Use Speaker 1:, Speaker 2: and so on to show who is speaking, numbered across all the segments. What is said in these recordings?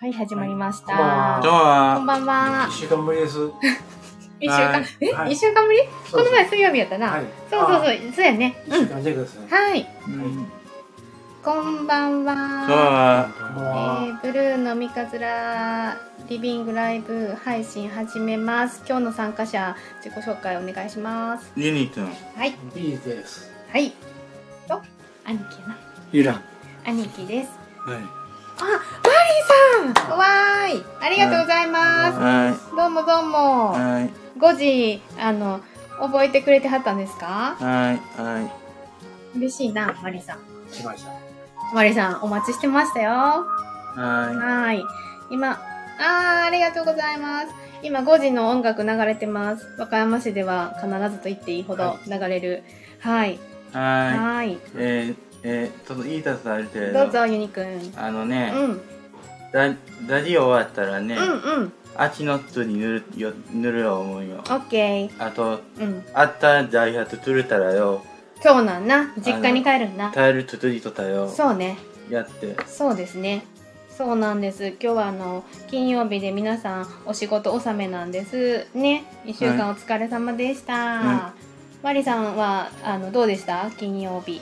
Speaker 1: はい、始まりまし
Speaker 2: こんばん
Speaker 1: た。
Speaker 2: どう
Speaker 1: こん
Speaker 3: は。
Speaker 1: ばんは
Speaker 2: 一。週間ぶりです。こ
Speaker 1: 一週間、え、
Speaker 2: はい
Speaker 1: 一週間ぶりこの前
Speaker 2: そ
Speaker 1: 水曜日やったな。
Speaker 2: はい
Speaker 1: そうそうそう、そうやね。
Speaker 2: うそう。一週間見てください。
Speaker 1: はい。
Speaker 3: うん
Speaker 1: こんばん
Speaker 3: 今日
Speaker 1: は。
Speaker 3: は、
Speaker 2: こんば
Speaker 1: え
Speaker 2: んは
Speaker 1: ー、ブルーのミカズラリビングライブ配信始めます。今日の参加者、自己紹介お願いします。
Speaker 3: ユニくん、
Speaker 1: はい。
Speaker 2: ビーです。
Speaker 1: はい。と、兄貴やな。
Speaker 4: ゆらん。
Speaker 1: 兄貴です。
Speaker 4: は
Speaker 1: あ、マリーさんわーいありがとうございま
Speaker 3: は
Speaker 1: す。どうもどう
Speaker 3: い、
Speaker 1: も。
Speaker 3: はい、
Speaker 1: 5時、あの、覚えてくれてはったんですか
Speaker 3: はい、は、
Speaker 1: 嬉しいな、マリさん。
Speaker 2: 来ました。
Speaker 1: マリさん、お待ちしてましたよ。はい
Speaker 3: は
Speaker 1: ーい。今、あー、ありがとうございます。今5時の音楽流れてます。和歌山市では必ずと言っていいほど流れる。はい。
Speaker 3: い、は
Speaker 1: はーい
Speaker 3: い。。えー、えー、ちょっと言いたされてる
Speaker 1: ど
Speaker 3: の
Speaker 1: う。ぞ、ユニくん。うん。
Speaker 3: あのね
Speaker 1: う、ん
Speaker 3: ララジオ終わったらね、
Speaker 1: うん。
Speaker 3: あっちの人に塗るよ、塗るよ思うよ
Speaker 1: オ。ッケ
Speaker 3: あと、
Speaker 1: ー。うん。
Speaker 3: あったダイハツトゥルタラよ、
Speaker 1: そうなんな。実家に帰るんな。
Speaker 3: タイルトゥトゥリトタよ、
Speaker 1: そうね。
Speaker 3: やって。
Speaker 1: そうですね。そうなんです。今日はあの金曜日で皆さんお仕事納めなんですね。一週間お疲れ様でした。
Speaker 3: は
Speaker 1: マリさんはあのどうでした？金曜日。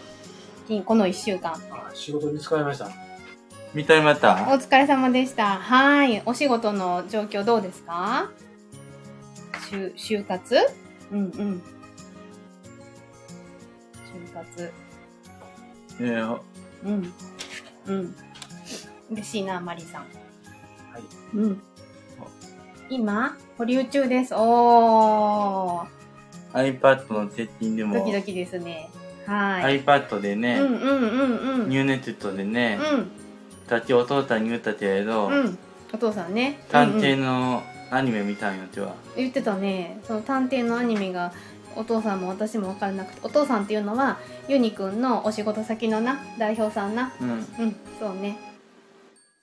Speaker 1: 金この一週間。
Speaker 2: あ、仕事に使いました。
Speaker 3: 見たいま
Speaker 1: お
Speaker 3: た
Speaker 1: 疲れ様でした。はい。お仕事の状況どうですか？就就活？うんうん。就活。
Speaker 3: えー、
Speaker 1: うんうん。嬉しいなマリさん。
Speaker 2: はい。
Speaker 1: うん。今、保留中です。おー。
Speaker 3: iPad のセッティングで
Speaker 1: ド
Speaker 3: も
Speaker 1: キ、ドキですね。はい。
Speaker 3: iPad で
Speaker 1: うん
Speaker 3: ね、
Speaker 1: うんうんうん。
Speaker 3: ニューネットでね、
Speaker 1: うん。
Speaker 3: さっきお父さんに言ったけれど、
Speaker 1: うん。お父さんね。
Speaker 3: 探偵
Speaker 1: うんうん
Speaker 3: のアニメ見たんよっては、
Speaker 1: 言ってたね。その探偵のアニメが、お父さんも私も分からなくて、お父さんっていうのは、ユニくんのお仕事先のな、代表さんな。
Speaker 3: うん、
Speaker 1: うん、そうね。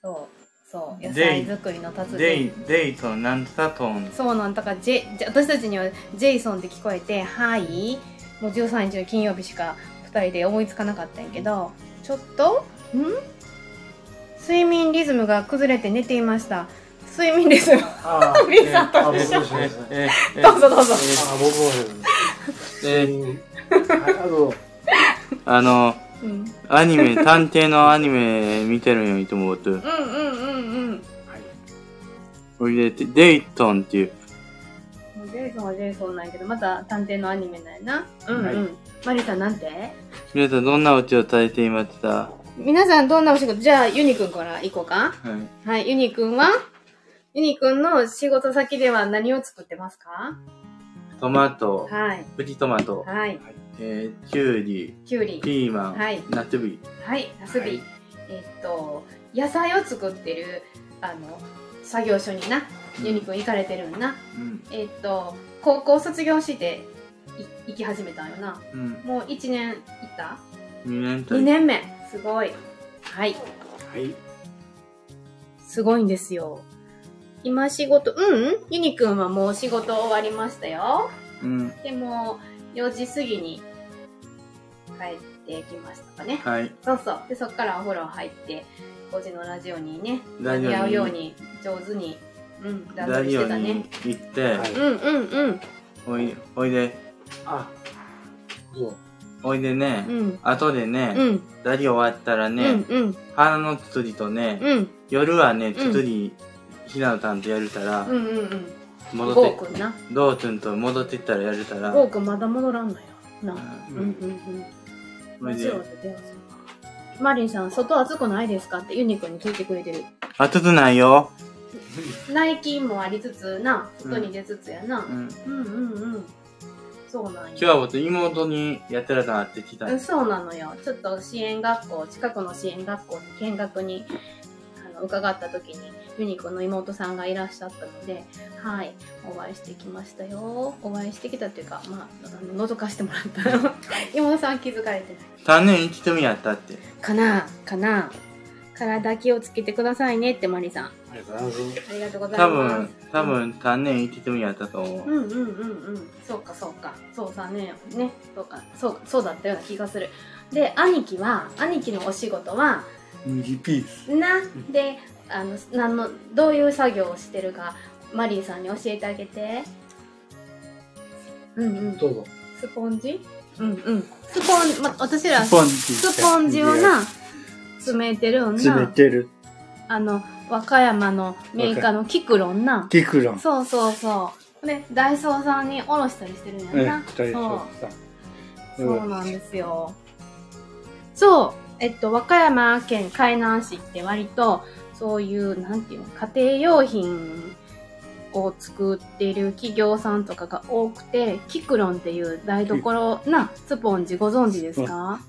Speaker 1: そう。そう。野
Speaker 3: で
Speaker 1: 菜作りの達人。
Speaker 3: デイデイとなんとさとん
Speaker 1: そうなんだからジェジェ私たちにはジェイソンって聞こえて「はい」もう13日の金曜日しか2人で思いつかなかったんやけどちょっとん睡眠リズムが崩れて寝ていました睡眠リズム
Speaker 2: あー、
Speaker 1: リサと
Speaker 2: あ僕
Speaker 3: え
Speaker 2: も
Speaker 1: 一緒
Speaker 2: ですね。
Speaker 3: ええ
Speaker 1: どうぞどうぞ
Speaker 2: あ、僕もですね。えー、あの、
Speaker 3: あの
Speaker 1: うん
Speaker 3: アニメ探偵のアニメ見てるんよいつも僕
Speaker 1: うんうんうんうん
Speaker 2: はい。
Speaker 3: それでデイトンっていう
Speaker 1: もうジェイソンはジェイソンなんやけどまた探偵のアニメなんやなうんうん、
Speaker 2: はい
Speaker 1: マリさんなんて
Speaker 3: 皆さんどんなお家をされていましたは
Speaker 1: 皆さんどんなお仕事じゃあユニくんから行こうか
Speaker 3: い
Speaker 1: はいユニくんはユニくんの仕事先では何を作ってますか
Speaker 3: トマト
Speaker 1: はい
Speaker 3: プチトマト、
Speaker 1: はい
Speaker 3: えー、キュウリ
Speaker 1: きゅうり
Speaker 3: ピーマン、
Speaker 1: はい
Speaker 3: ナツビ
Speaker 1: はい、ナスビ、
Speaker 2: はい
Speaker 1: えっと野菜を作ってるあの作業所にな
Speaker 3: うん
Speaker 1: ユニくん行かれてるんな、
Speaker 3: うん
Speaker 1: えっと高校卒業してい行き始めたんよな
Speaker 3: うん
Speaker 1: もう1年行った、
Speaker 3: 2年生
Speaker 1: 2年目すごいはい
Speaker 2: はい。
Speaker 1: すごいんですよ今仕事うんうんユニくんはもう仕事終わりましたよ
Speaker 3: うん
Speaker 1: でも4時過ぎに帰ってきましたかね
Speaker 3: はい
Speaker 1: そうそう。で、そっからお風呂入って、5時のラジオにね、
Speaker 3: ラジオ
Speaker 1: 似
Speaker 3: に
Speaker 1: 合うように上手に、うん、段
Speaker 3: ラ
Speaker 1: 取りし
Speaker 3: ジオ
Speaker 1: てたね
Speaker 3: に。行って、
Speaker 2: はい
Speaker 1: うんうんうん。
Speaker 3: おいおいで
Speaker 2: あ、そう。
Speaker 3: おいでね、
Speaker 1: うん。
Speaker 3: 後でね、
Speaker 1: うん、
Speaker 3: ラジオ終わったら
Speaker 1: う
Speaker 3: ね、
Speaker 1: ん、うん、
Speaker 3: 花のつつりとね、
Speaker 1: うん、
Speaker 3: 夜はね、
Speaker 1: うん
Speaker 3: つつり、ひなのたんとやるから、
Speaker 1: うん、うん、うん。
Speaker 3: 戻
Speaker 1: ゴ
Speaker 3: っ
Speaker 1: ー
Speaker 3: て、
Speaker 1: くんな。
Speaker 3: どうくんと戻ってったらやるから、
Speaker 1: ゴーくんまだ戻らんのよ。な。
Speaker 3: あ
Speaker 1: う
Speaker 2: うんん
Speaker 1: うんうん。
Speaker 3: それ
Speaker 1: ラジ
Speaker 3: で
Speaker 1: オで電話するマリンさん、外暑くないですかってユニくんに聞いてくれてる。
Speaker 3: 暑くないよ。
Speaker 1: 内勤もありつつな、外に出つつやな。
Speaker 3: うん、
Speaker 1: うん、うん、うん。そうなん
Speaker 3: 今日
Speaker 1: や。
Speaker 3: は僕、妹にやってらさん会ってきた。
Speaker 1: うんそうなのよ。ちょっと支援学校、近くの支援学校に見学にあの伺った時に、ユニコの妹さんがいらっしゃったので、はい、お会いしてきましたよ。お会いしてきたというか、まあ、あの覗かしてもらった の。妹さんは気づかれてない。
Speaker 3: 3年一組やったって。
Speaker 1: かなあかなあ体気をつけてくださいねってマリさん。あ
Speaker 2: ありがとうございます。
Speaker 1: りがとうござい
Speaker 3: 多
Speaker 1: ます。
Speaker 3: 分、多分3年一組やったと思
Speaker 1: うんう
Speaker 3: う。
Speaker 1: んうんうんそうかそうかそうだねねそうかそうかそうだったような気がするで兄貴は兄貴のお仕事は
Speaker 4: い。ミリピース。
Speaker 1: なであの何のどういう作業をしてるかマリーさんに教えてあげてうんうん
Speaker 2: どうぞ。
Speaker 1: スポンジうんうんスポン、ま、私ら
Speaker 4: スポンジって
Speaker 1: スポンジをな詰めてるん
Speaker 4: 詰め
Speaker 1: な
Speaker 4: てる。
Speaker 1: あの和歌山のメーカーのキクロンな
Speaker 4: ティクロン。
Speaker 1: そうそうそうでダイソーさんにおろしたりしてるん
Speaker 4: うん、
Speaker 1: やな、
Speaker 4: 二人でさ。
Speaker 1: そうなんですよ。そう、えっと、和歌山県海南市って割と、そういう、なんていうの、家庭用品を作っている企業さんとかが多くて、キクロンっていう台所なスポンジご存知ですか、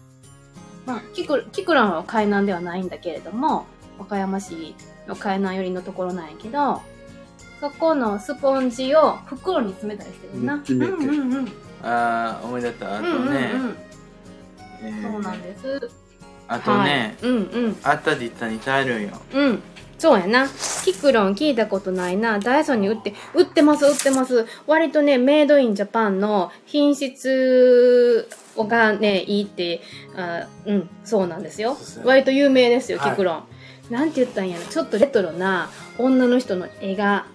Speaker 1: まあ、キクキクロンは海南ではないんだけれども、和歌山市の海南寄りのところなんやけど、そこのスポンジを袋に詰めたりしてるな。
Speaker 4: 詰めてる
Speaker 1: うんうんうん。
Speaker 3: ああ思い出したあとね、
Speaker 1: うんうんうん
Speaker 3: えー
Speaker 1: そうなんです。
Speaker 3: あとね、
Speaker 1: はい、うんうん
Speaker 3: あったじったに耐えるんよ
Speaker 1: うん。そうやな。キクロン聞いたことないな。ダイソンに売って、売ってます、売ってます。割とね、メイドインジャパンの品質がね、いいって、あうん、そうなんですよ
Speaker 2: そうです。ね
Speaker 1: 割と有名ですよ、
Speaker 2: はい
Speaker 1: キクロン。なんて言ったんやろ。ちょっとレトロな女の人の絵が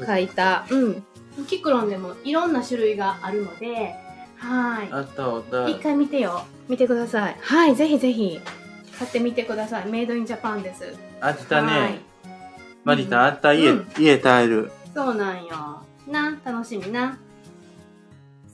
Speaker 1: 描いた。うん。キクロンでもいろんな種類があるので、はい。
Speaker 3: あったおった
Speaker 1: 一回見てよ見てくださいはいぜひぜひ買ってみてくださいメイドインジャパンです
Speaker 3: あったね、
Speaker 1: はい
Speaker 3: マリタあった家、
Speaker 1: うん
Speaker 3: 家耐える
Speaker 1: そうなんよな楽しみな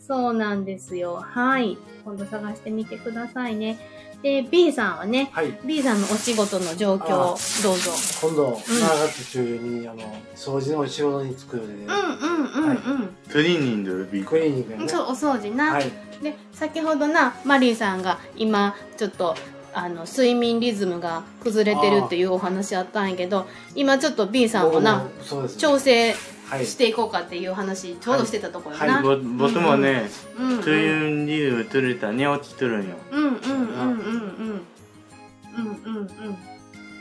Speaker 1: そうなんですよはい今度探してみてくださいねで B さんはね
Speaker 2: はい。
Speaker 1: B さんのお仕事の状況
Speaker 2: あ
Speaker 1: をどうぞ
Speaker 2: 今度、7月中旬に、あの、掃除のお仕事に就く予定で
Speaker 1: う、んうんうんうん、
Speaker 3: クリーニングビ
Speaker 2: クリーニングやね。
Speaker 1: そうお掃除な、
Speaker 2: はい。
Speaker 1: で先ほどなマリーさんが今ちょっとあの睡眠リズムが崩れてるっていうお話あったんやけど今ちょっと B さんもな
Speaker 2: 僕もそうですね。
Speaker 1: 調整
Speaker 2: はい。
Speaker 1: していこうかっていう話ちょうどしてたところ
Speaker 2: は
Speaker 1: な、
Speaker 2: い
Speaker 3: ぼ僕もね、
Speaker 1: うんうん、
Speaker 3: トゥユンリルトゥルタ寝落ちとるんよ
Speaker 1: うんうんうんうんうんうんうんうん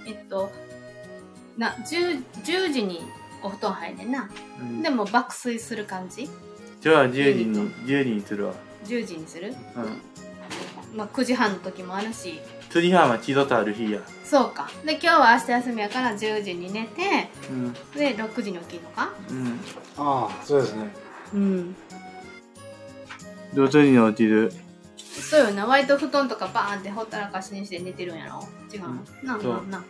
Speaker 1: えっとな 10, 10時にお布団入んねんなでも爆睡する感じ
Speaker 3: じゃあ10時に10時にするわ
Speaker 1: 10時にする、
Speaker 3: うん
Speaker 1: まあ、9時半の時もあるし
Speaker 3: 釣り班は千度とある日や
Speaker 1: そうかで今日は明日休みやから10時に寝て
Speaker 3: うん
Speaker 1: で6時に起きるのか
Speaker 3: うん
Speaker 2: ああ、そうですね。
Speaker 1: うん
Speaker 3: どつに落ちる
Speaker 1: そうよな割と布団とかバーンってほったらかしにして寝てるんやろ違うの、なん
Speaker 3: そう
Speaker 1: なんなん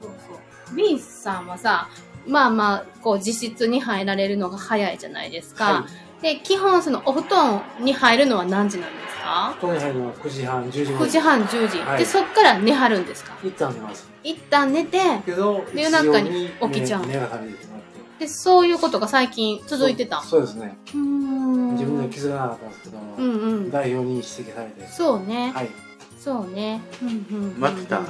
Speaker 1: そうそう B さんはさまあまあこう自室に入られるのが早いじゃないですか、
Speaker 2: はい。
Speaker 1: で基本そのお布団に入るのは何時なんですか
Speaker 2: 布団に入るのは9時半、10時まで
Speaker 1: 9時半10時、
Speaker 2: はい
Speaker 1: でそっから寝はるんですか
Speaker 2: 一旦寝ます。
Speaker 1: 一旦寝て
Speaker 2: けど、
Speaker 1: で夜中に
Speaker 2: 一応
Speaker 1: 起きちゃう
Speaker 2: 目目が覚めてしまって。
Speaker 1: でそういうことが最近続いてたう
Speaker 2: そうそうですね。
Speaker 1: ーん
Speaker 2: 自分では気づかなかったんですけども、
Speaker 1: うんうん
Speaker 2: 代表に指摘されて。
Speaker 1: そうね、
Speaker 2: はい。
Speaker 1: そうね、うんうんうんうん
Speaker 3: 待ってた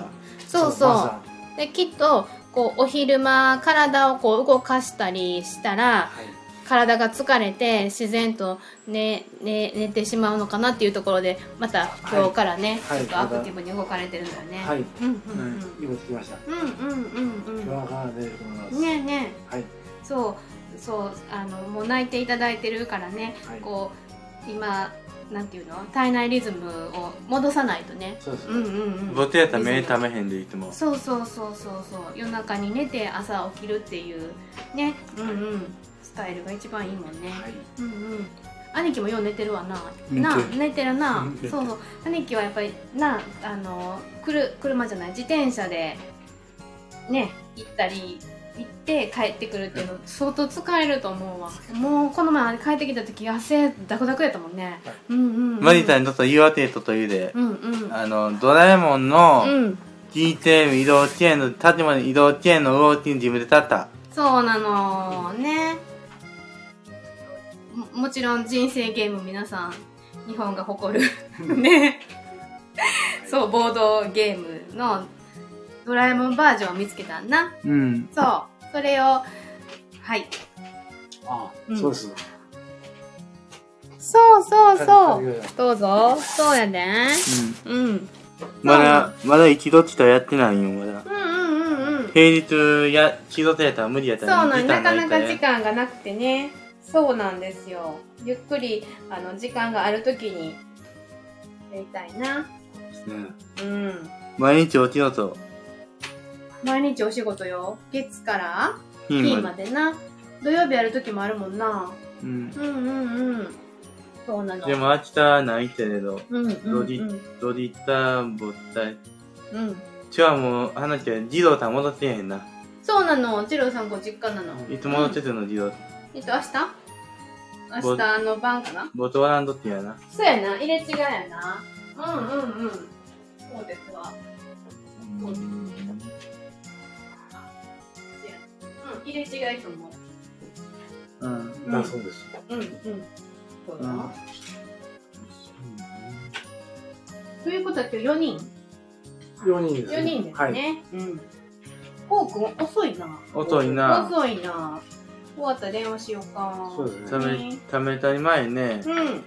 Speaker 1: そう
Speaker 2: まず
Speaker 1: そう
Speaker 2: は
Speaker 1: できっとこうお昼間体をこう動かしたりしたら
Speaker 2: はい。
Speaker 1: 体が疲れて自然と寝寝寝てしまうのかなっていうところでまた今日からね、
Speaker 2: はい
Speaker 1: ちょっとアクティブに動かれてるんだよね、
Speaker 2: はい。
Speaker 1: うんうんうん、
Speaker 2: 今聞きました。
Speaker 1: うんうんうん
Speaker 2: 夜中は寝れると思いま
Speaker 1: う
Speaker 2: す。
Speaker 1: んねえね
Speaker 2: はい。
Speaker 1: えそうそうあのもう泣いていただいてるからね
Speaker 2: はい。
Speaker 1: こう今なんていうの体内リズムを戻さないとね
Speaker 2: そうです
Speaker 1: うんうん
Speaker 2: ね。
Speaker 1: うん
Speaker 3: ボテやったら目ためへんでいつも
Speaker 1: そうそうそうそうそう夜中に寝て朝起きるっていうねうんうんスタイルが一番いいもんね、
Speaker 2: はい。
Speaker 1: うんうん兄貴もよう寝てるわな
Speaker 4: 寝てる
Speaker 1: な寝てるな
Speaker 4: 寝てる
Speaker 1: そうそう兄貴はやっぱりなあのくる車じゃない自転車でね行ったり行って帰ってくるっていうの相当疲れると思うわもうこの前帰ってきた時汗ダクダクやったもんね、
Speaker 2: はい
Speaker 1: うんうん、うん、
Speaker 3: マリタにとった言わてとと言うで、
Speaker 1: うんうん
Speaker 3: あのドラえもんの
Speaker 1: うん
Speaker 3: 聞いて移動チェーンの立場の移動チェーンの動きに自分で立った
Speaker 1: そうなのねももちろん人生ゲーム皆さん日本が誇るねそうボードゲームのドラえもんバージョンを見つけたんな
Speaker 3: うん
Speaker 1: そうそれをはい
Speaker 2: あ
Speaker 1: う
Speaker 2: あ、
Speaker 1: ん
Speaker 2: そうです。
Speaker 1: そうそう
Speaker 2: は
Speaker 1: そ
Speaker 2: いう
Speaker 1: どうぞそうやねうん
Speaker 3: まだまだ一度しかやってないよまだ
Speaker 1: うんうんうんうん
Speaker 3: 平日や一度とやったら無理やっ
Speaker 1: そ
Speaker 3: た
Speaker 1: う
Speaker 3: ら
Speaker 1: なんなか
Speaker 3: い
Speaker 1: な
Speaker 3: ら
Speaker 1: か時間がなくてねそうなんですよゆっくりあの時間がある時にやりたいな
Speaker 2: ですね。
Speaker 1: うん
Speaker 3: 毎日起きろと
Speaker 1: 毎日お仕事よ。月から
Speaker 3: 金
Speaker 1: 金
Speaker 3: ま
Speaker 1: ま
Speaker 3: で。
Speaker 1: でな。土曜日やる時もあるもんな。
Speaker 3: うん。
Speaker 1: うんうんうん。そうなの。
Speaker 3: でも明日ないけれど、
Speaker 1: うんうんう
Speaker 3: ロ
Speaker 1: ん。
Speaker 3: ジドリタボタイ。
Speaker 1: うん。
Speaker 3: ちはもう、話が、二郎さん戻ってへんな。
Speaker 1: そうなの。次郎さんご実家なの。
Speaker 3: いつ戻っててんの、二郎さん。
Speaker 1: えっと、明日明日の晩かな
Speaker 3: ボトワランドってやな。
Speaker 1: そうやな。入れ違いやな。うんうんうん。そうですわ。ううん、入れ違いと思う。
Speaker 3: うん。
Speaker 1: うん
Speaker 2: だそうです。
Speaker 1: うんうん。そうだな。ということは今日4人。
Speaker 2: 4人です、ね。
Speaker 1: 4人です
Speaker 2: はい。
Speaker 1: ね。うん。こうくん遅いな。
Speaker 3: 遅いな。
Speaker 1: 遅いな。終わったら電話しようか。
Speaker 2: そうですね
Speaker 3: ため、ためたり前ね、
Speaker 1: うん。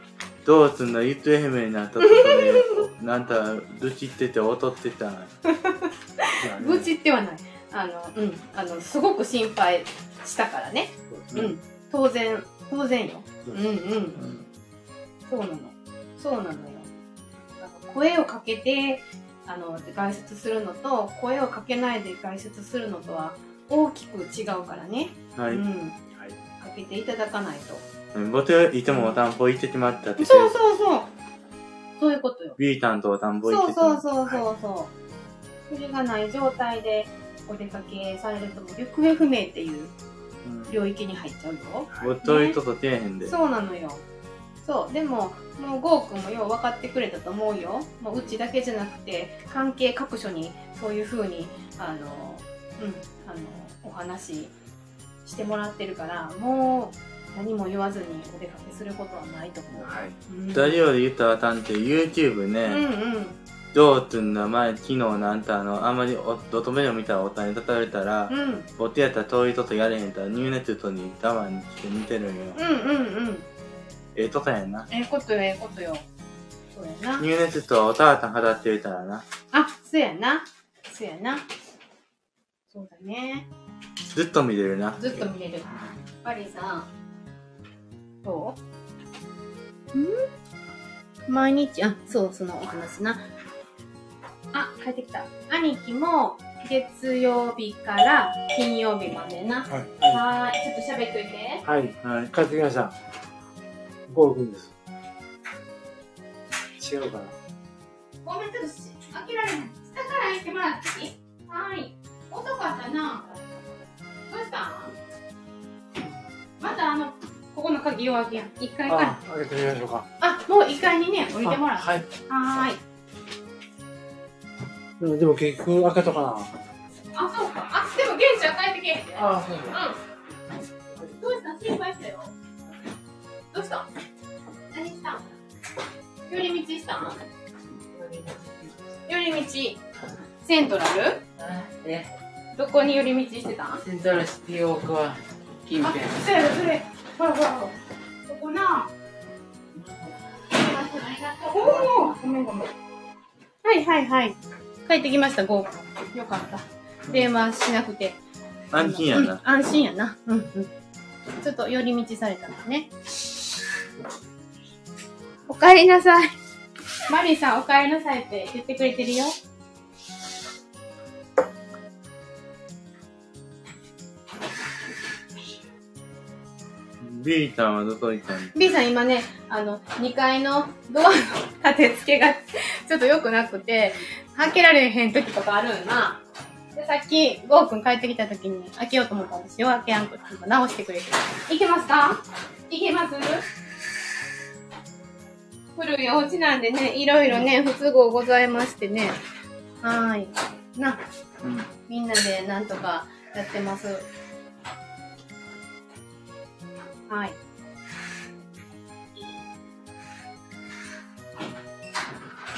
Speaker 3: どうすんだ、行方不明になったとこで、なんた、愚痴ってて、劣ってたんや。
Speaker 1: 愚痴ってはない。あの、うん。あの、すごく心配したからね。
Speaker 2: そうです
Speaker 1: う
Speaker 2: ね。
Speaker 1: ん。当然、当然よ。
Speaker 2: う
Speaker 1: うん
Speaker 2: ん
Speaker 1: うん。
Speaker 3: うん
Speaker 1: そうなの。そうなのよ。なんか声をかけて、あの、外出するのと、声をかけないで外出するのとは大きく違うからね。
Speaker 3: はい。
Speaker 1: うん。
Speaker 2: はい。
Speaker 1: かけていただかないと。
Speaker 3: 僕いつもお散歩行ってきまったって。
Speaker 1: そうそうそう。そういうことよ。
Speaker 3: B さんとお散歩行
Speaker 1: そ
Speaker 3: って
Speaker 1: う
Speaker 3: きま
Speaker 1: そ
Speaker 3: っ
Speaker 1: う
Speaker 3: た。
Speaker 1: そうそうそう。それがない状態でお出かけされるとも行方不明っていう
Speaker 3: うん
Speaker 1: 領域に入っちゃうよ。
Speaker 3: おっとりととてえへんで。
Speaker 1: そうなのよ。そう、でも、もうゴーくんもよう分かってくれたと思うよ。もううちだけじゃなくて、関係各所にそういうふうに、あの、うん、あの、お話ししてもらってるから、もう何も言わずにお出かけすることはないと思う。
Speaker 2: はい。
Speaker 1: うん、
Speaker 3: 大丈夫で言ったらあかんって YouTube
Speaker 1: うん
Speaker 3: ね、
Speaker 1: うん。
Speaker 3: どうつんだ前昨日なんたあの、あんまりおどとめを見たらおたに立たれたら
Speaker 1: う、ん
Speaker 3: ボテやったら遠いととやれへんたらニューネットに我慢して見てるんよ。
Speaker 1: うんうんうん。
Speaker 3: ええとたやな。
Speaker 1: ええことよ、ええことよ。そうやな。
Speaker 3: ニューネットはおたわさん語ってるからな。
Speaker 1: あ、そうやな。そうやな。そうだね。
Speaker 3: ずっと見れるな。
Speaker 1: ずっと見れる。やっぱりさ、どうん毎日、あ、そう、そのお話な。あ、帰ってきた。兄貴も、月曜日から金曜日までな。は
Speaker 2: は
Speaker 1: ーい、ちょっと喋っといて。
Speaker 2: い。はい。
Speaker 3: はい。
Speaker 2: 帰ってきました。ゴーくんです。違うかな。
Speaker 1: ごめん、ちょっとし開けられない。下から開けてもらっていいはーい。遅かったな。どうしたんまたあの、ここの鍵弱気やん。1階から。
Speaker 2: あ、開けてみましょうか。
Speaker 1: あ、もう1階にね、置いてもらう。
Speaker 2: あはい。
Speaker 1: はーい。
Speaker 2: でもでも結局開けとかな。
Speaker 1: あ、そうか。あ、でも現地は帰ってけえへんね。
Speaker 2: あ、そうか。
Speaker 1: うん。どうした心配したよ。どうした何したん寄り道したん寄り道。セントラル
Speaker 4: あえ、
Speaker 1: どこに寄り道してたん
Speaker 4: セントラルシティウォークは近
Speaker 1: あ
Speaker 4: 辺。、
Speaker 1: それそれ。ほらほらほら。そこな。おお、ごめんごめん。はいはいはい。帰ってきました、ゴー。よかった。電話しなくて。
Speaker 3: 安心や
Speaker 1: うん
Speaker 3: な。
Speaker 1: 安心やな。うんうん。ちょっと寄り道されたんだね。おかえりなさい。マリーさん、おかえりなさいって言ってくれてるよ。
Speaker 3: B さんはどこ行ったん
Speaker 1: B さん今ね、あの、2階のドアの立て付けがちょっと良くなくて、開けられへん時とかあるんやな。で、さっき、ゴーくん帰ってきた時に開けようと思ったんですよ。開けやんくて、今直してくれてる。いけますかいけます古いお家なんでね、いろいろね、不都合ございましてね。はーい。な、
Speaker 3: うん。
Speaker 1: みんなでなんとかやってます。はい。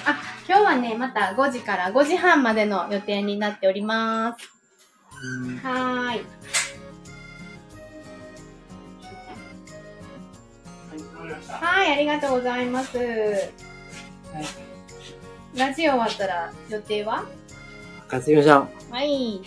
Speaker 1: あ、今日はね、また5時から5時半までの予定になっております。
Speaker 3: うん
Speaker 1: はーい。はい、ありがとうございます。ラジオ終わったら予定は
Speaker 2: 帰ってきました。
Speaker 1: はい。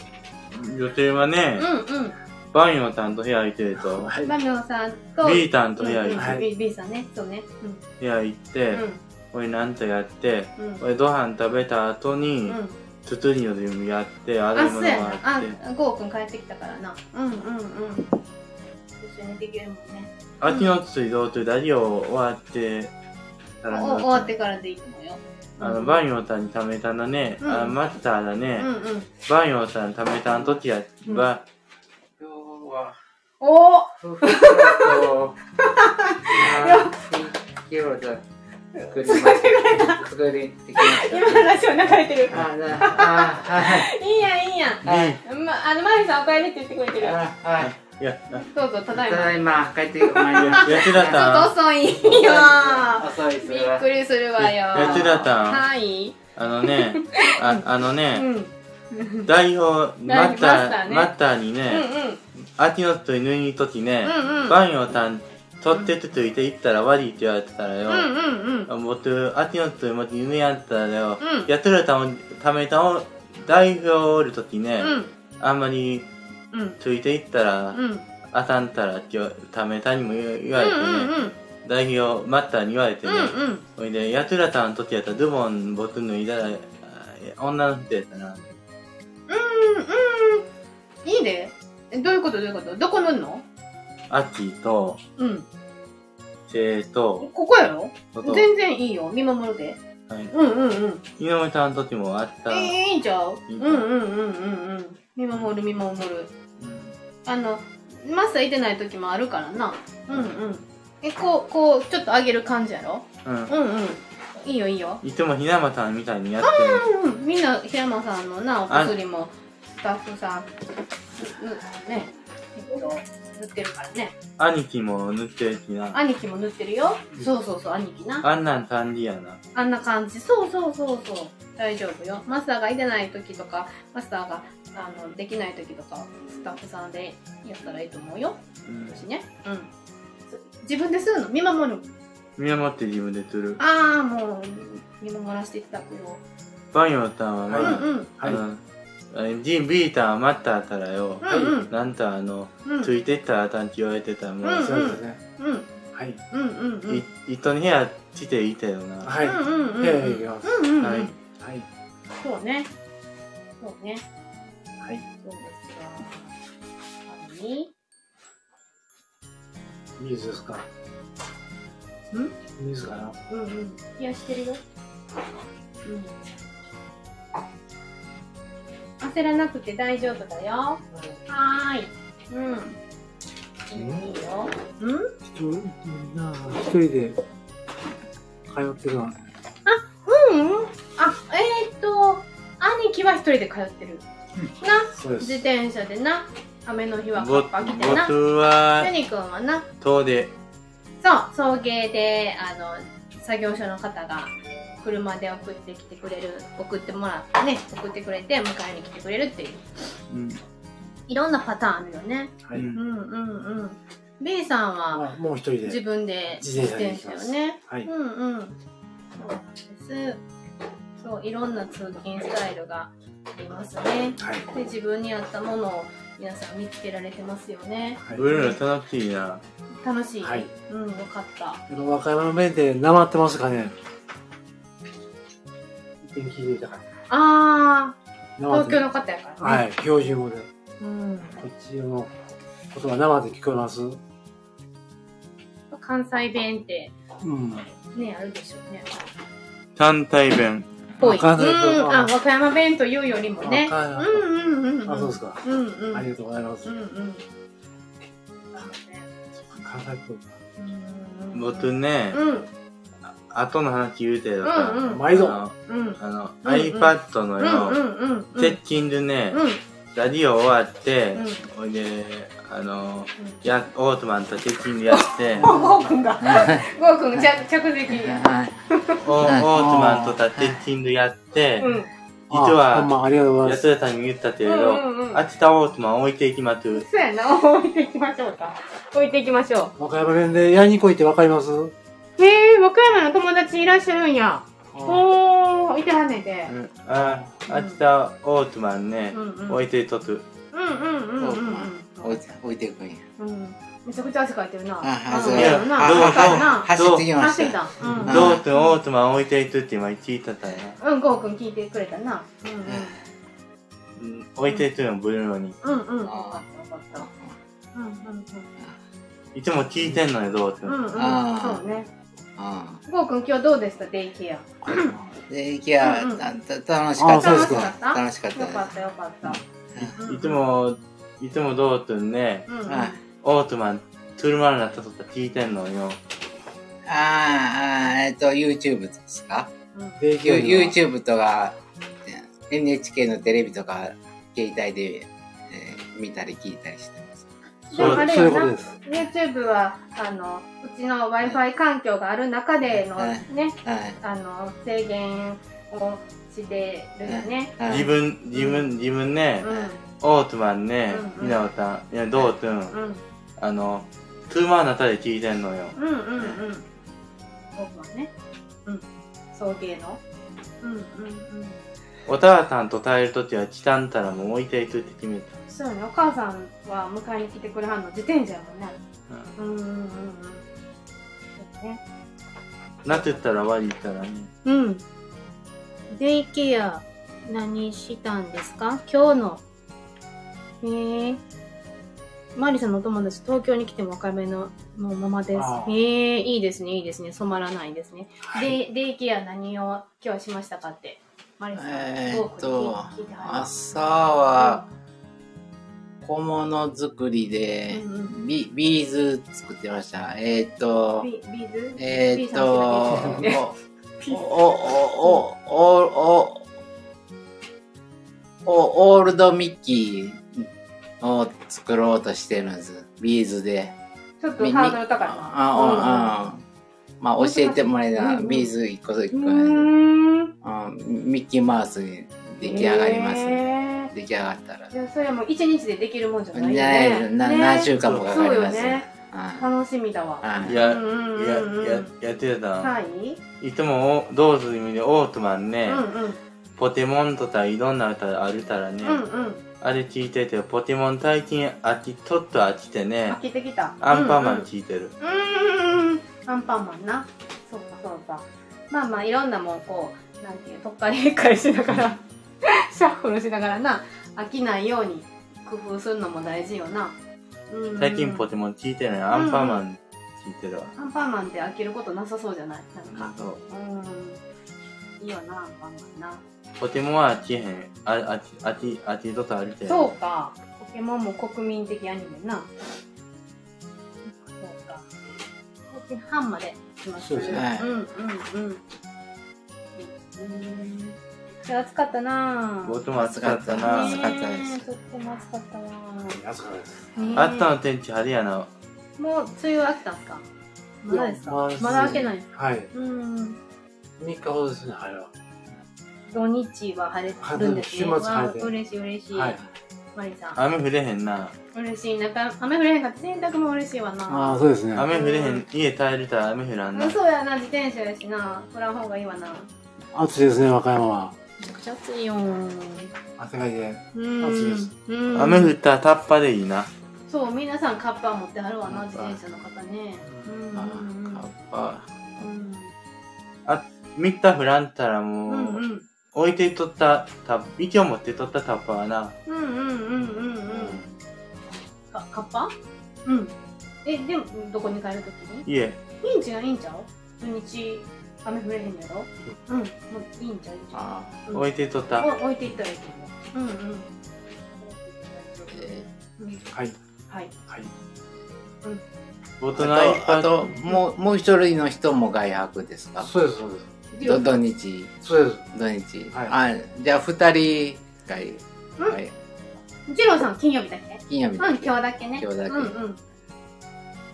Speaker 3: 予定は
Speaker 1: う
Speaker 3: ね
Speaker 1: ん、うん。
Speaker 3: バンヨさんと部屋空いてると、
Speaker 2: はい。
Speaker 1: マミオさんと、
Speaker 3: B さんと
Speaker 1: うん
Speaker 3: 部屋
Speaker 1: う
Speaker 3: 行
Speaker 1: ん
Speaker 3: っ
Speaker 2: はい
Speaker 1: B, B さんね、そうね。うん
Speaker 3: 部屋行って、
Speaker 1: うん
Speaker 3: 俺なんとやって、
Speaker 1: うん
Speaker 3: 俺ご飯食べた後に、
Speaker 1: うん
Speaker 3: トゥトゥニオで海があって、洗
Speaker 1: あ、
Speaker 3: い
Speaker 1: そ
Speaker 3: 物
Speaker 1: うやな
Speaker 3: が。あ
Speaker 1: あ
Speaker 3: って、、
Speaker 1: ゴーくん帰ってきたからな。うんうんうん。一緒にできるもんね。
Speaker 3: 秋の水道というダリオ終わって、あ
Speaker 1: お
Speaker 3: の
Speaker 1: 終わってからでいいのよ。
Speaker 3: あ
Speaker 1: う
Speaker 3: の、
Speaker 1: ん
Speaker 3: バンヨーさんに貯めたのね、
Speaker 1: うん
Speaker 3: あマスターだね、
Speaker 1: うんうん。
Speaker 3: バンヨーさんに貯めたの時は、
Speaker 1: うん
Speaker 4: 今日は、
Speaker 1: おー
Speaker 4: ふ ふふと、ナスキロだ。作りました。作りてきま
Speaker 1: 今
Speaker 4: し
Speaker 1: ラジオ流れてる。
Speaker 4: た。あ、な、あ、はい。
Speaker 1: いいやんいいやん。
Speaker 4: はい。
Speaker 1: ま、あの、マリさんお帰りって言ってくれてる。
Speaker 4: あ、はい。
Speaker 3: いや、あ
Speaker 1: どうぞ、ただい
Speaker 4: た
Speaker 1: ま。
Speaker 4: だいま、帰ってまいりまし
Speaker 3: やってた
Speaker 1: ちょ
Speaker 3: たん
Speaker 1: っと遅いよ。
Speaker 4: 遅いです。
Speaker 1: びっくりするわよ。
Speaker 3: やってたたん
Speaker 1: はい。
Speaker 3: あのね、ああの
Speaker 1: う
Speaker 3: ね、
Speaker 1: ん。うん
Speaker 3: 代表、マッ
Speaker 1: マ
Speaker 3: タ
Speaker 1: スター
Speaker 3: ー、
Speaker 1: ね
Speaker 3: マッターに
Speaker 1: う
Speaker 3: ね、
Speaker 1: ん。
Speaker 3: 秋の水道にいる時ね、
Speaker 1: うんうん。
Speaker 3: バンヨーさん、取ってつついて行ったら悪いって言われてたらよ、
Speaker 1: うんうんうん。
Speaker 3: 僕、秋の水道に夢やったらよ、
Speaker 1: うん
Speaker 3: やってるためためたを代表おる時ね、
Speaker 1: うん。
Speaker 3: あんまり
Speaker 1: うん。
Speaker 3: ついていったら、
Speaker 1: うん。うん
Speaker 3: あたんたらって言わためたにも言わ言われてね、
Speaker 1: うん。
Speaker 3: 代表マッターに言われて
Speaker 1: う
Speaker 3: ね、
Speaker 1: んうん。
Speaker 3: ほいで、やつらたんとってやったらズボン僕脱いだら、あ女の人やったな。
Speaker 1: うん、うん。いいね。えどういうことどういうことどこ塗んの
Speaker 3: 秋と、
Speaker 1: うん。
Speaker 3: 生と、
Speaker 1: ここやろ
Speaker 3: こと、はい、
Speaker 1: 全然いいよ。見守るで。うんうんうん。
Speaker 3: 井上さんとってもあった。
Speaker 1: え
Speaker 3: うん
Speaker 1: いいんちゃう
Speaker 3: い
Speaker 1: うん
Speaker 3: い
Speaker 1: うんうんうんうん。見守る見守る。あの、マスターいてない時もあるからな。うんうん。え、こう、こう、ちょっと上げる感じやろ
Speaker 3: うん。
Speaker 1: うんうん。いいよいいよ。
Speaker 3: いつもひなまさんみたいにやって
Speaker 1: うんうん。みんな、平間さんのな、お薬も、スタッフさん、ぬね、えっと、塗ってるからね。
Speaker 3: 兄貴も塗ってるしな。
Speaker 1: 兄貴も塗ってるよ
Speaker 3: う。ん
Speaker 1: そうそうそう、兄貴な。
Speaker 3: あんなん感じやな。
Speaker 1: あんな感じ。そうそうそうそう。大丈夫よ。マスターがいてない時とか、マスターがあのできない時とか、スタッフさんでやったらいいと思うよ。
Speaker 3: うん。
Speaker 1: 私ね。うん。そ自分でするの見守る。
Speaker 3: 見守って自分で塗る。
Speaker 1: ああ、もう、見守らせていただくよ。
Speaker 3: バンヨーさんはね、
Speaker 1: うん
Speaker 2: は
Speaker 1: うん。
Speaker 3: あの、あジンビーター待ったたらよ、
Speaker 1: うんうん
Speaker 3: なんとあの、
Speaker 1: うん。
Speaker 3: ついてったらあたんって言われてたらもう、
Speaker 1: うん
Speaker 2: そうですね。
Speaker 1: うん。
Speaker 2: はい。
Speaker 1: うんうんうん。
Speaker 3: い糸に部屋来ていたよな。
Speaker 2: はい。
Speaker 1: うんうんうん。
Speaker 2: 部屋へ行きます。
Speaker 1: うんうんうん。
Speaker 3: はい
Speaker 2: はい。
Speaker 1: そうね。そうね。
Speaker 2: はい。
Speaker 1: そうですよ。何
Speaker 2: 水ですか。ん水かな。
Speaker 1: うんうん。冷やしてるよ。うん。焦らなくて大丈夫だよ。はーい。うん。いいよ。うん。
Speaker 2: 一人な一人で通ってるわ。
Speaker 1: うんうん。あ、えー、っと、兄貴は一人で通ってる。な、
Speaker 2: そうで
Speaker 1: 自
Speaker 2: す。
Speaker 1: 転車でな、雨の日はカ
Speaker 3: ぼ
Speaker 1: ッパ着てな。
Speaker 3: 僕は
Speaker 1: ユニくんはな、
Speaker 3: 遠出
Speaker 1: そう、送迎で、あの、作業所の方が車で送ってきてくれる、送ってもらってね、送ってくれて迎えに来てくれるっていう。
Speaker 3: うん
Speaker 1: いろんなパターンあるよね。
Speaker 2: はい。
Speaker 3: うん
Speaker 1: うんうんうん。B さんは
Speaker 2: あもう一人
Speaker 1: 自
Speaker 2: で。
Speaker 1: 分で
Speaker 2: 自転車で行き
Speaker 1: 自
Speaker 2: ま
Speaker 1: 転
Speaker 2: す
Speaker 1: よね。
Speaker 2: はい。
Speaker 1: うんうん。そうです。そう、いろんな通勤スタイルがありますね。
Speaker 2: はい。
Speaker 1: で、自分に合ったものを皆さん見つけられてますよね。
Speaker 2: はい。
Speaker 3: ブルーの楽しいな
Speaker 1: 楽しい。
Speaker 2: はい
Speaker 1: うん、よかった。
Speaker 2: あの和歌山弁でなまってますかね。一遍聞いていたから。
Speaker 1: あー、
Speaker 2: なまっ
Speaker 1: 東
Speaker 2: て
Speaker 1: 京の方やからね。
Speaker 2: はい。標準語で。
Speaker 1: うん。
Speaker 2: こっちの言葉生で聞こえます。う
Speaker 1: 関西弁って
Speaker 2: ん。
Speaker 1: ね、あるでしょうね。
Speaker 3: 単体弁
Speaker 1: ぽい。うん、
Speaker 2: 関西弁
Speaker 1: あ、和歌山弁というよりもね。
Speaker 2: あ
Speaker 1: う
Speaker 2: 和歌山
Speaker 1: んうんうんうん。
Speaker 2: あ、そうですか。
Speaker 1: うんうん。
Speaker 2: ありがとうございます。
Speaker 1: う
Speaker 2: うん、
Speaker 1: うんん。
Speaker 2: 関西っぽい
Speaker 1: うん
Speaker 3: 僕ね、
Speaker 1: うん
Speaker 3: 後の話言うてよ
Speaker 1: うんうん
Speaker 2: な。毎度。
Speaker 3: あ
Speaker 1: うん
Speaker 3: のあの、
Speaker 1: うんうん
Speaker 3: iPad の
Speaker 1: うん
Speaker 3: よ、
Speaker 1: うんうんうん
Speaker 3: セッティングね、
Speaker 1: うん
Speaker 3: ラジオ終わって
Speaker 1: うん、
Speaker 3: ほ、いで、あの、やオートマンとセッティングや って、
Speaker 1: おゴーくんがゴーくんが着着席
Speaker 4: はい。
Speaker 3: おオートマンとたセッティングやって、
Speaker 1: うん
Speaker 3: 実は
Speaker 2: あほんまありがとうございま
Speaker 3: 安
Speaker 2: す。
Speaker 3: 田さんに言ったけれど、
Speaker 1: うんうんうん
Speaker 3: 明日オートマン置いていきます。
Speaker 1: そうやな置いていきましょうか置いていきましょ
Speaker 2: 和歌山弁でやりにこいってわかります
Speaker 1: うへえ和歌山の友達いらっしゃるんや
Speaker 2: あ
Speaker 1: おおいてはんねんで
Speaker 3: うんあ、明日オートマンね
Speaker 1: う、んうんうん
Speaker 3: 置いてとつ。
Speaker 1: うんうんうん
Speaker 4: 置いて、置いてくんや。
Speaker 1: うんうんめちゃくちゃ汗かいてるな
Speaker 4: あはい
Speaker 1: うん
Speaker 4: そう
Speaker 3: や
Speaker 1: な
Speaker 3: どう
Speaker 1: 汗かいてるな
Speaker 4: 走ってきま
Speaker 1: 走
Speaker 4: し。
Speaker 1: ったたうん
Speaker 4: あ
Speaker 3: どうくんオートマン置いていくって今聞いてたよ。
Speaker 1: うんゴーくん聞いてくれたなうんうん
Speaker 3: 置いてるの、ブルーノに。
Speaker 1: うんうん。よ
Speaker 4: あ
Speaker 1: かったよかった。うんうん
Speaker 3: いつも聞いてんのよ、どうって。
Speaker 1: うん。うんうん。
Speaker 4: あー
Speaker 1: そうね。
Speaker 4: あ
Speaker 1: ゴーくん今日どうでしたデイケア。
Speaker 4: あで、いきや、
Speaker 1: うんうん
Speaker 4: た楽しかっ
Speaker 2: あそうです
Speaker 4: た。
Speaker 1: か
Speaker 4: 楽しかった
Speaker 1: よ
Speaker 4: で
Speaker 1: かったよかった。うんうん
Speaker 3: いつ。も、いつもどうってね、
Speaker 1: うんうん。
Speaker 4: はい
Speaker 3: オートマン、トゥルマルナタとか聞いてんのよ。
Speaker 4: す。ああ、えっと、YouTube ですか
Speaker 1: うん
Speaker 2: で、
Speaker 4: ユ ?YouTube とか、NHK のテレビとか、携帯で、えー見たり聞いたりしてます。
Speaker 1: でもあれ
Speaker 2: そう
Speaker 1: よ
Speaker 2: いうこと
Speaker 1: な
Speaker 2: で、す。
Speaker 1: YouTube は、あの、うちの Wi-Fi 環境がある中でのね、
Speaker 4: はい。
Speaker 1: あの、制限をしてるよね。
Speaker 4: はい
Speaker 3: 自分、自分、自分ね
Speaker 1: う、ん
Speaker 3: オートマンね
Speaker 1: うん、うん
Speaker 3: みなおたん、いや、どうってん、
Speaker 1: うん
Speaker 3: あの、トゥルマルナタで聞いてんのよ。
Speaker 1: うんうんうん。僕はね。うん。送迎の。うんうんうん。
Speaker 3: お母さんと耐えるときは、チタンタラも置いていくって決めた。
Speaker 1: そうやね、お母さんは迎えに来てくれはんの自転車やもんね。うんうんうんうん。そうね。
Speaker 3: なってったら悪いったらね。
Speaker 1: うん。デイケア、何したんですか今日の。へえ。マリさんのお友達、東京に来ても若めののままです
Speaker 2: あ。あ
Speaker 1: へえ、いいですね、いいですね。染まらないですね。
Speaker 2: はい
Speaker 1: で、デイケア何を今日しましたかって。マリさん、
Speaker 4: え
Speaker 1: ト
Speaker 4: ーっと
Speaker 1: ークに聞いてはります。
Speaker 4: 朝は小物作りで
Speaker 1: うんうん
Speaker 4: ビビーズ作ってました。えーっと、
Speaker 1: ビビーズ
Speaker 4: えーっと、
Speaker 1: ビーズ
Speaker 4: お、お、お、お、お、お、オールドミッキーを作ろうとしてるんです。ビーズで。
Speaker 1: ちょっとハードル高いな。
Speaker 4: あ、うん、うん。まあ教えてもらえ
Speaker 1: うん
Speaker 4: た
Speaker 1: うん
Speaker 4: ビーズ一個一個、
Speaker 1: うーん。
Speaker 4: うんミッキーマウスに出来上がります、
Speaker 1: ね。
Speaker 4: 出来上がったら。
Speaker 1: じゃあそれはもう一日でできるもんじゃないよ
Speaker 4: じゃないです
Speaker 1: ね。
Speaker 4: な
Speaker 1: ね
Speaker 4: 何週間もかかります
Speaker 1: そうよね
Speaker 4: は
Speaker 1: 楽しみだわ。
Speaker 3: い
Speaker 4: いはい
Speaker 3: や、
Speaker 1: うんうん
Speaker 3: や
Speaker 1: うんうん
Speaker 3: ややってた、
Speaker 1: はい。
Speaker 3: い、つもおどうする意味でオートマンね、
Speaker 1: うんうん
Speaker 3: ポケモンとかいろんな歌あるからね、
Speaker 1: うんうん。
Speaker 3: あれ聞いててポケモン最近飽きちょっと飽きてね
Speaker 1: 飽きてきた。
Speaker 3: アンパンマ
Speaker 1: うん
Speaker 3: ン聞いてる、
Speaker 1: うん。うーんアンパンマンな。そうかそうか。まあまあいろんなもんこうなんていう特化理解しながらシャッフルしながらな飽きないように工夫するのも大事よな。うんうん
Speaker 3: 最近ポケモン聞いてないアンパンマン聞いてるわ、
Speaker 1: アンパンマンって飽きることなさそうじゃないなんか。
Speaker 3: そう
Speaker 1: うん。いいよなアンパンマンな。
Speaker 3: ポケモンは飽きへんあ飽き飽き飽きることあるけ
Speaker 1: そ
Speaker 3: ど
Speaker 1: うか。ポケモンも国民的アニメな。そうか。5時半までします。
Speaker 2: そうです
Speaker 4: ね
Speaker 1: うんうんうん。うん今日暑かったなぁ。
Speaker 3: 僕も暑かったな、
Speaker 4: 暑
Speaker 1: ね
Speaker 4: かったです
Speaker 1: とっても暑かったわ
Speaker 2: 安かったです。
Speaker 1: ぁ。ね
Speaker 3: あったの天気晴れやな
Speaker 1: もう梅雨明けたんすかまだです
Speaker 2: いやま
Speaker 1: か
Speaker 2: だです
Speaker 1: まだ明けないですか
Speaker 2: はい。
Speaker 1: うん。
Speaker 2: 3日ほどですね、晴れは。
Speaker 1: 土日は晴れてるんですね。
Speaker 2: はい週末晴れ
Speaker 1: わ
Speaker 2: て
Speaker 1: あ嬉しい嬉しい。
Speaker 2: はい。
Speaker 1: マリさん。
Speaker 3: 雨降れへんな
Speaker 1: 嬉しい。なんか雨降れへんかった洗濯も嬉しいわなぁ。
Speaker 2: ああ、そうですね。
Speaker 3: 雨降れへん家耐えれたら雨降らんな、
Speaker 1: そうやな自転車やしな振らん方がいいわなめ
Speaker 2: 暑いですね、和歌山は。
Speaker 1: ちゃくちゃ暑いよう
Speaker 2: 汗かいて。
Speaker 1: ん
Speaker 2: 暑いです
Speaker 1: うん
Speaker 3: 雨降ったらタッパでいいな
Speaker 1: そう皆さんカッパ持ってはるわな自転車の方ねうん
Speaker 4: あ
Speaker 1: うん
Speaker 4: カッパ
Speaker 3: 3日降らんたら
Speaker 1: う
Speaker 3: もう、
Speaker 1: んうんうん
Speaker 3: 置いてとったタッ息を持ってとったタッパーはな
Speaker 1: うんうんうんうんうんかカッパうんえでもどこに帰るときに
Speaker 3: いえ
Speaker 1: いいんちゃういいんちゃう土日雨降れへんやろうんもういいんちゃういいんちゃ
Speaker 4: あ
Speaker 1: ううん
Speaker 3: 置いてとった、
Speaker 1: お置いていったらいいと思ううんうん
Speaker 4: ーえ
Speaker 1: うん
Speaker 2: はい。
Speaker 1: はい
Speaker 2: はい。
Speaker 3: 大人いっ
Speaker 4: ー
Speaker 3: ぱ
Speaker 4: あ
Speaker 3: い
Speaker 4: とあともうもう一人の人も外泊ですか
Speaker 2: そうです、そうです。
Speaker 4: ど土日
Speaker 2: そうです。
Speaker 4: 土日、
Speaker 2: は
Speaker 4: あじゃあ二人がい
Speaker 1: うん
Speaker 4: はい
Speaker 1: ジローさん金曜日だけ
Speaker 4: 金曜日
Speaker 1: うん、今
Speaker 4: だ
Speaker 1: 日だけね。
Speaker 4: 今日だけ
Speaker 1: うんうん。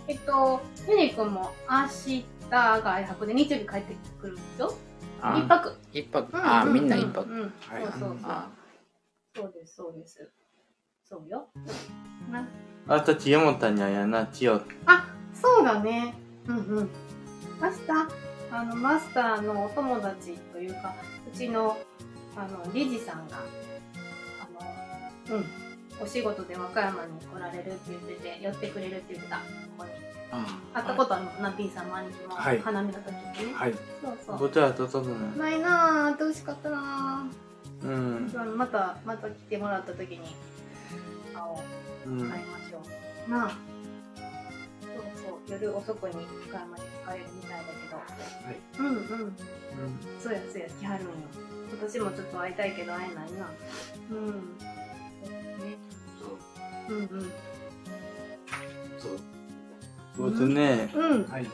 Speaker 1: えっと、ユニ君も明日が外泊で日曜日帰ってくるんですよ。
Speaker 4: あ
Speaker 1: 一泊。
Speaker 4: 一泊
Speaker 1: う
Speaker 4: あ
Speaker 1: う
Speaker 4: みんな一泊、
Speaker 1: うんうん
Speaker 2: はい
Speaker 1: そうそうそう。
Speaker 4: あ
Speaker 1: そうです、そうです。そうよ。な
Speaker 3: あと清本にゃやな千代
Speaker 1: そうだね。うんうん。明日、あの、マスターのお友達というか、うちの、あの、理事さんが、あの、うん、お仕事で和歌山に来られるって言ってて、寄ってくれるって言ってた、ここに。会ったことあるもんな、ピーさんも兄貴も、
Speaker 2: はい
Speaker 1: 花見の時ってね。
Speaker 2: はい。
Speaker 1: そうそう。
Speaker 3: 僕はとととな
Speaker 1: ないなぁ、会ってほしかったなぁ。
Speaker 3: うん。
Speaker 1: あのまたまた来てもらった時に青
Speaker 2: うん
Speaker 1: 買いましょうなあそうそう夜遅くに買いまで行かれるみたいだけど、うんうんそうやそうや来はるんよ今年もちょっと会いたいけど会えないなうんそうですねうんうんう
Speaker 3: 僕ね、
Speaker 4: そう
Speaker 1: ん
Speaker 2: はい。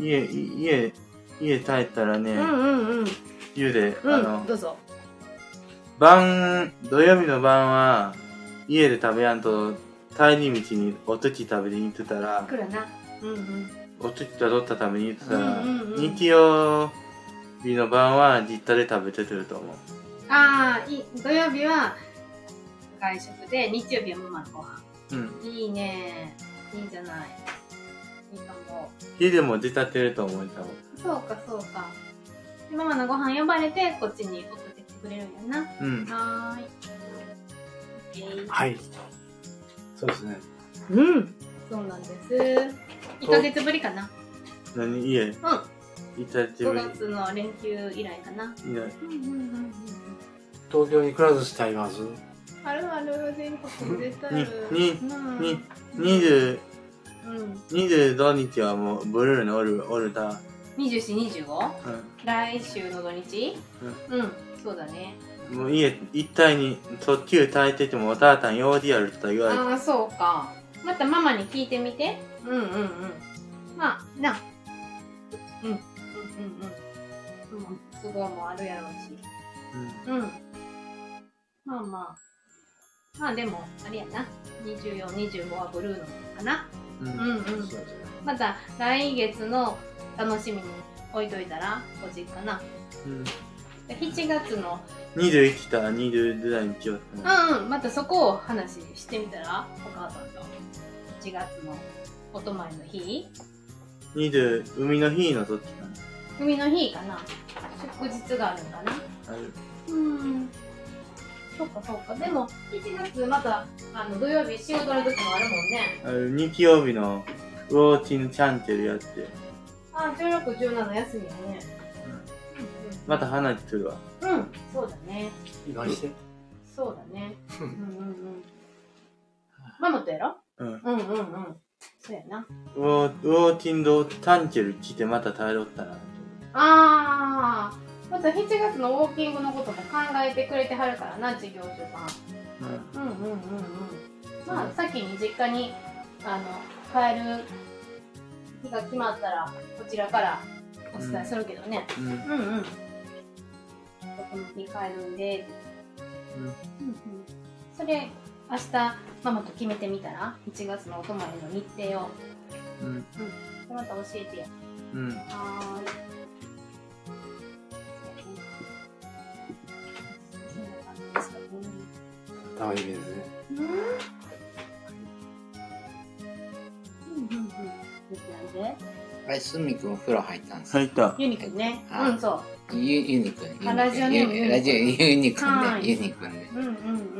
Speaker 3: 家、家、家帰ったらね
Speaker 1: う、んうんうん
Speaker 3: 湯で、あ
Speaker 1: うん
Speaker 3: の
Speaker 1: ど、うぞ
Speaker 3: 晩、土曜日の晩は、家で食べやんと、帰り道におとき食べに行ってたら、
Speaker 1: 来るなうんうん
Speaker 3: おときとどった食べに行ってたら、
Speaker 1: うんうんうん
Speaker 3: 日曜日の晩は実家で食べてくると思う。
Speaker 1: ああいい土曜日は外食で日曜日はママのご飯
Speaker 3: うん。
Speaker 1: いいねいいじゃないいいかも
Speaker 3: 家でも出たってると思う、多分。
Speaker 1: そうかそうかでママのご飯呼ばれてこっちに送ってきてくれるんやな
Speaker 3: うん。
Speaker 1: はーいオッケー
Speaker 2: はい。そうですね。
Speaker 1: うんそうなんです1ヶ月ぶりかな
Speaker 3: 何家
Speaker 1: うん
Speaker 3: いたって
Speaker 1: 5
Speaker 3: る
Speaker 1: 月の連休以来かない
Speaker 3: ない。
Speaker 1: うんうんうんうん
Speaker 2: 東京にくら寿司ってあります
Speaker 1: あるある全国絶対ある
Speaker 3: に
Speaker 1: うん
Speaker 3: に20、
Speaker 1: うん
Speaker 3: 25日はもうブルーのおる、おるだ。
Speaker 1: 2425
Speaker 3: う
Speaker 1: 来週の土日うん、そうだね
Speaker 3: ん。もう家、一体に、特急耐えててもおたあたん用事やると言われて。
Speaker 1: ああそうかまたママに聞いてみてうんうんうんまあなうんうんうんうんうん都合もあるやろうしうんまあまあまあでもあれやな2425はブルーのかな
Speaker 3: うん。う。
Speaker 1: うんんうん
Speaker 2: そうですね。
Speaker 1: また来月の楽しみに置いといたらおじかな
Speaker 3: うん
Speaker 1: 7月の
Speaker 3: 21来たら20ぐらいに来ようと思う
Speaker 1: うんうんまたそこを話してみたらお母さんと1月のお泊まりの日
Speaker 3: 20、海の日の時か
Speaker 1: 海の日かな祝日があるんかな
Speaker 3: な。ある。
Speaker 1: うんそうかそうかでも1月またあの土曜日仕事の時もあるもんね
Speaker 3: ある日曜日のウォーチングチャンネルやって、
Speaker 1: あ1617休みやね
Speaker 3: また話するわ。
Speaker 1: うん、うん、そうだね
Speaker 2: 意外して。
Speaker 1: そうだ ねうんうんうんママとやろ
Speaker 3: うん。
Speaker 1: うんうんうんそうやな
Speaker 3: ウォーウォーチングチャンネル来てまた頼ったな。
Speaker 1: ああまた7月のウォーキングのことも考えてくれてはるからな事業所さん
Speaker 3: うん。
Speaker 1: うんうんうんうんまあ先に実家にあの帰る日が決まったらこちらからお伝えするけどね、
Speaker 3: うん
Speaker 1: うん、うんこの日帰るんで、
Speaker 3: うん
Speaker 1: うんうん、それ明日ママと決めてみたら1月のお泊まりの日程を
Speaker 3: うん
Speaker 1: また教えてよ
Speaker 3: うん
Speaker 1: はーいそんな感じですかね
Speaker 2: 楽しみですね。
Speaker 1: うんうんうんうん。ゆきなんで。
Speaker 4: はい、すみくんお風呂入ったんです。
Speaker 3: 入った
Speaker 1: ユニくんね。
Speaker 4: はい
Speaker 1: うん、そ
Speaker 4: ゆゆにくん。
Speaker 1: あラジオネーム
Speaker 4: ゆラジオゆにくん
Speaker 1: は
Speaker 4: ね。
Speaker 1: い
Speaker 4: ゆにくんね。
Speaker 1: う。うんうん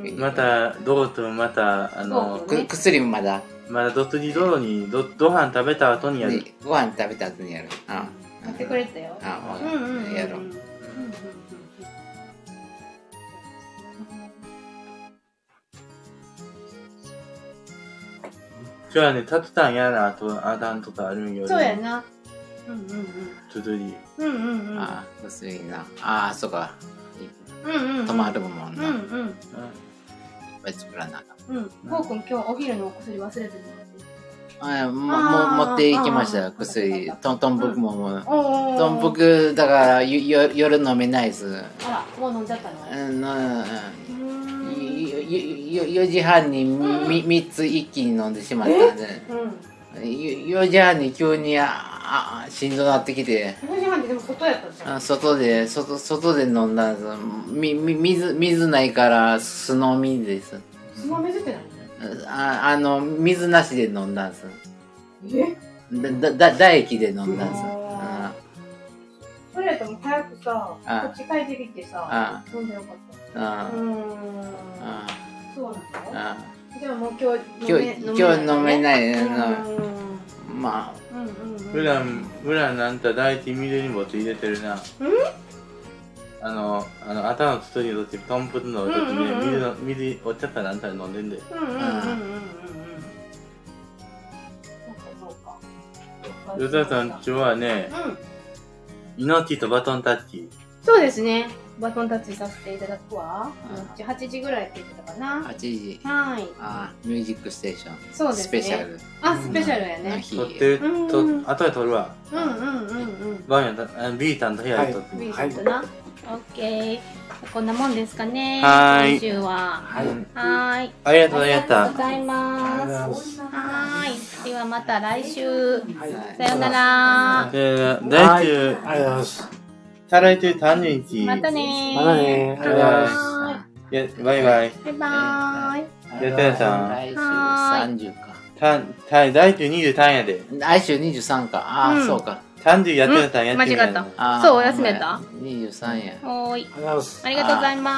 Speaker 1: うん。
Speaker 3: またどうとまたあ
Speaker 1: そう
Speaker 3: の
Speaker 1: ね
Speaker 4: く薬もまだ、
Speaker 3: まだどっとりどろにどご飯食べた後にやる
Speaker 4: ね、ご飯食べた後にやる。あ、
Speaker 1: やってくれたよ。
Speaker 4: あ、わ
Speaker 1: うんうんうんうん。
Speaker 4: か
Speaker 1: うんうんうん
Speaker 4: る。やろ
Speaker 1: う
Speaker 4: う。
Speaker 1: ん。
Speaker 3: 今日はね立てたんやなとあだんとかあるんよ
Speaker 1: そうやな。うんうんうん。
Speaker 3: とどり
Speaker 1: うんうんうん。
Speaker 4: あ、薄いな。あ、そうか。
Speaker 1: うんうんうん。
Speaker 4: 止まるもん
Speaker 1: う
Speaker 4: な。
Speaker 1: ん
Speaker 4: いっ
Speaker 1: うん
Speaker 4: ぱい作らなあかん。
Speaker 1: うん。こうくん今日お昼のお薬忘れてる
Speaker 4: あ、
Speaker 1: あ
Speaker 4: も
Speaker 1: ー
Speaker 4: う持っていきまし
Speaker 1: あー
Speaker 4: た。薬。トントン僕ももう。
Speaker 1: おお。
Speaker 4: トンボ。クだからゆよ夜飲めないです。
Speaker 1: あら、もう飲んじゃったの。
Speaker 4: うん、な
Speaker 1: うー
Speaker 4: うん
Speaker 1: ん。
Speaker 4: よよよ4時半にみみ3つ一気に飲んでしまったんで。
Speaker 1: うん。
Speaker 4: 4時半に急にああしんどなってきて
Speaker 1: 4時半ででも外やったじゃん。
Speaker 4: あ外で外外で飲んだんですみみ水水ないから酢飲みです
Speaker 1: つまみ出てない。
Speaker 4: ああの水なしで飲んだんです
Speaker 1: え？
Speaker 4: だだだ唾液で飲んだんです
Speaker 1: あ
Speaker 4: あ
Speaker 1: それやったらもう早くさ、こ
Speaker 4: あ
Speaker 1: っち帰ってきてさ、
Speaker 4: あ
Speaker 1: 飲んでよかっ
Speaker 4: あ
Speaker 1: た。うーん。
Speaker 4: あ
Speaker 1: そうなの
Speaker 4: あ
Speaker 1: じゃあもう今日飲
Speaker 4: 今日
Speaker 1: め
Speaker 4: 今日飲め
Speaker 1: い。
Speaker 4: ない、
Speaker 1: う
Speaker 4: あの
Speaker 1: ーん。
Speaker 4: まあ
Speaker 1: うんうんうん。
Speaker 3: 普段普段なんた大地緑にボツ入れてるなあの、あの、頭のつとりの時、トンプルの時
Speaker 1: うんうんうん
Speaker 3: で、水の、水、お茶かなんか飲んでんで。
Speaker 1: うんうんうんうんうんうんそうかそうか
Speaker 3: ヨタさんちはね、
Speaker 1: うん
Speaker 3: 命とバトンタッチ。
Speaker 1: そうですねバトンタッチさせていただくわうん8時ぐらいって言ってたかな
Speaker 4: 8時
Speaker 1: はい
Speaker 4: あーミュージックステーション、
Speaker 1: そうですね
Speaker 4: スペシャル
Speaker 1: あスペシャルや
Speaker 4: の
Speaker 1: ね
Speaker 4: 日
Speaker 3: 撮ってる
Speaker 1: うん、
Speaker 3: と
Speaker 1: うん、
Speaker 3: 後で撮るわ。
Speaker 1: うんうんうんうん
Speaker 3: バンヤた、あビータンと部屋で撮って
Speaker 1: ウ
Speaker 3: る。
Speaker 1: ィズとな、オッケーこんなもんですかね
Speaker 3: はーい
Speaker 1: 今週は
Speaker 2: はい
Speaker 3: うん
Speaker 1: はーい
Speaker 3: ありがとうございました。
Speaker 1: ありがとうございます
Speaker 2: ありがとうございます
Speaker 1: はーいではまた来週
Speaker 2: はい
Speaker 1: さようなら
Speaker 3: えー、来週、
Speaker 2: ありがとうございます。
Speaker 3: 再来週30日。
Speaker 1: またねー
Speaker 2: またねーありがとうございます
Speaker 1: は
Speaker 3: やバイバイ。
Speaker 1: ーいバイバーイ
Speaker 3: やってたさん
Speaker 4: 来週
Speaker 1: はー
Speaker 4: 30か
Speaker 3: たん、た、来週23やで。
Speaker 4: 来週23かああ、
Speaker 1: うん
Speaker 4: そうか
Speaker 3: 30やってたんやってみよう
Speaker 1: うん間違った
Speaker 4: あー
Speaker 1: そうお休みやった
Speaker 4: 23や
Speaker 1: はーい
Speaker 2: ありがとうございます。
Speaker 1: ありがとうございます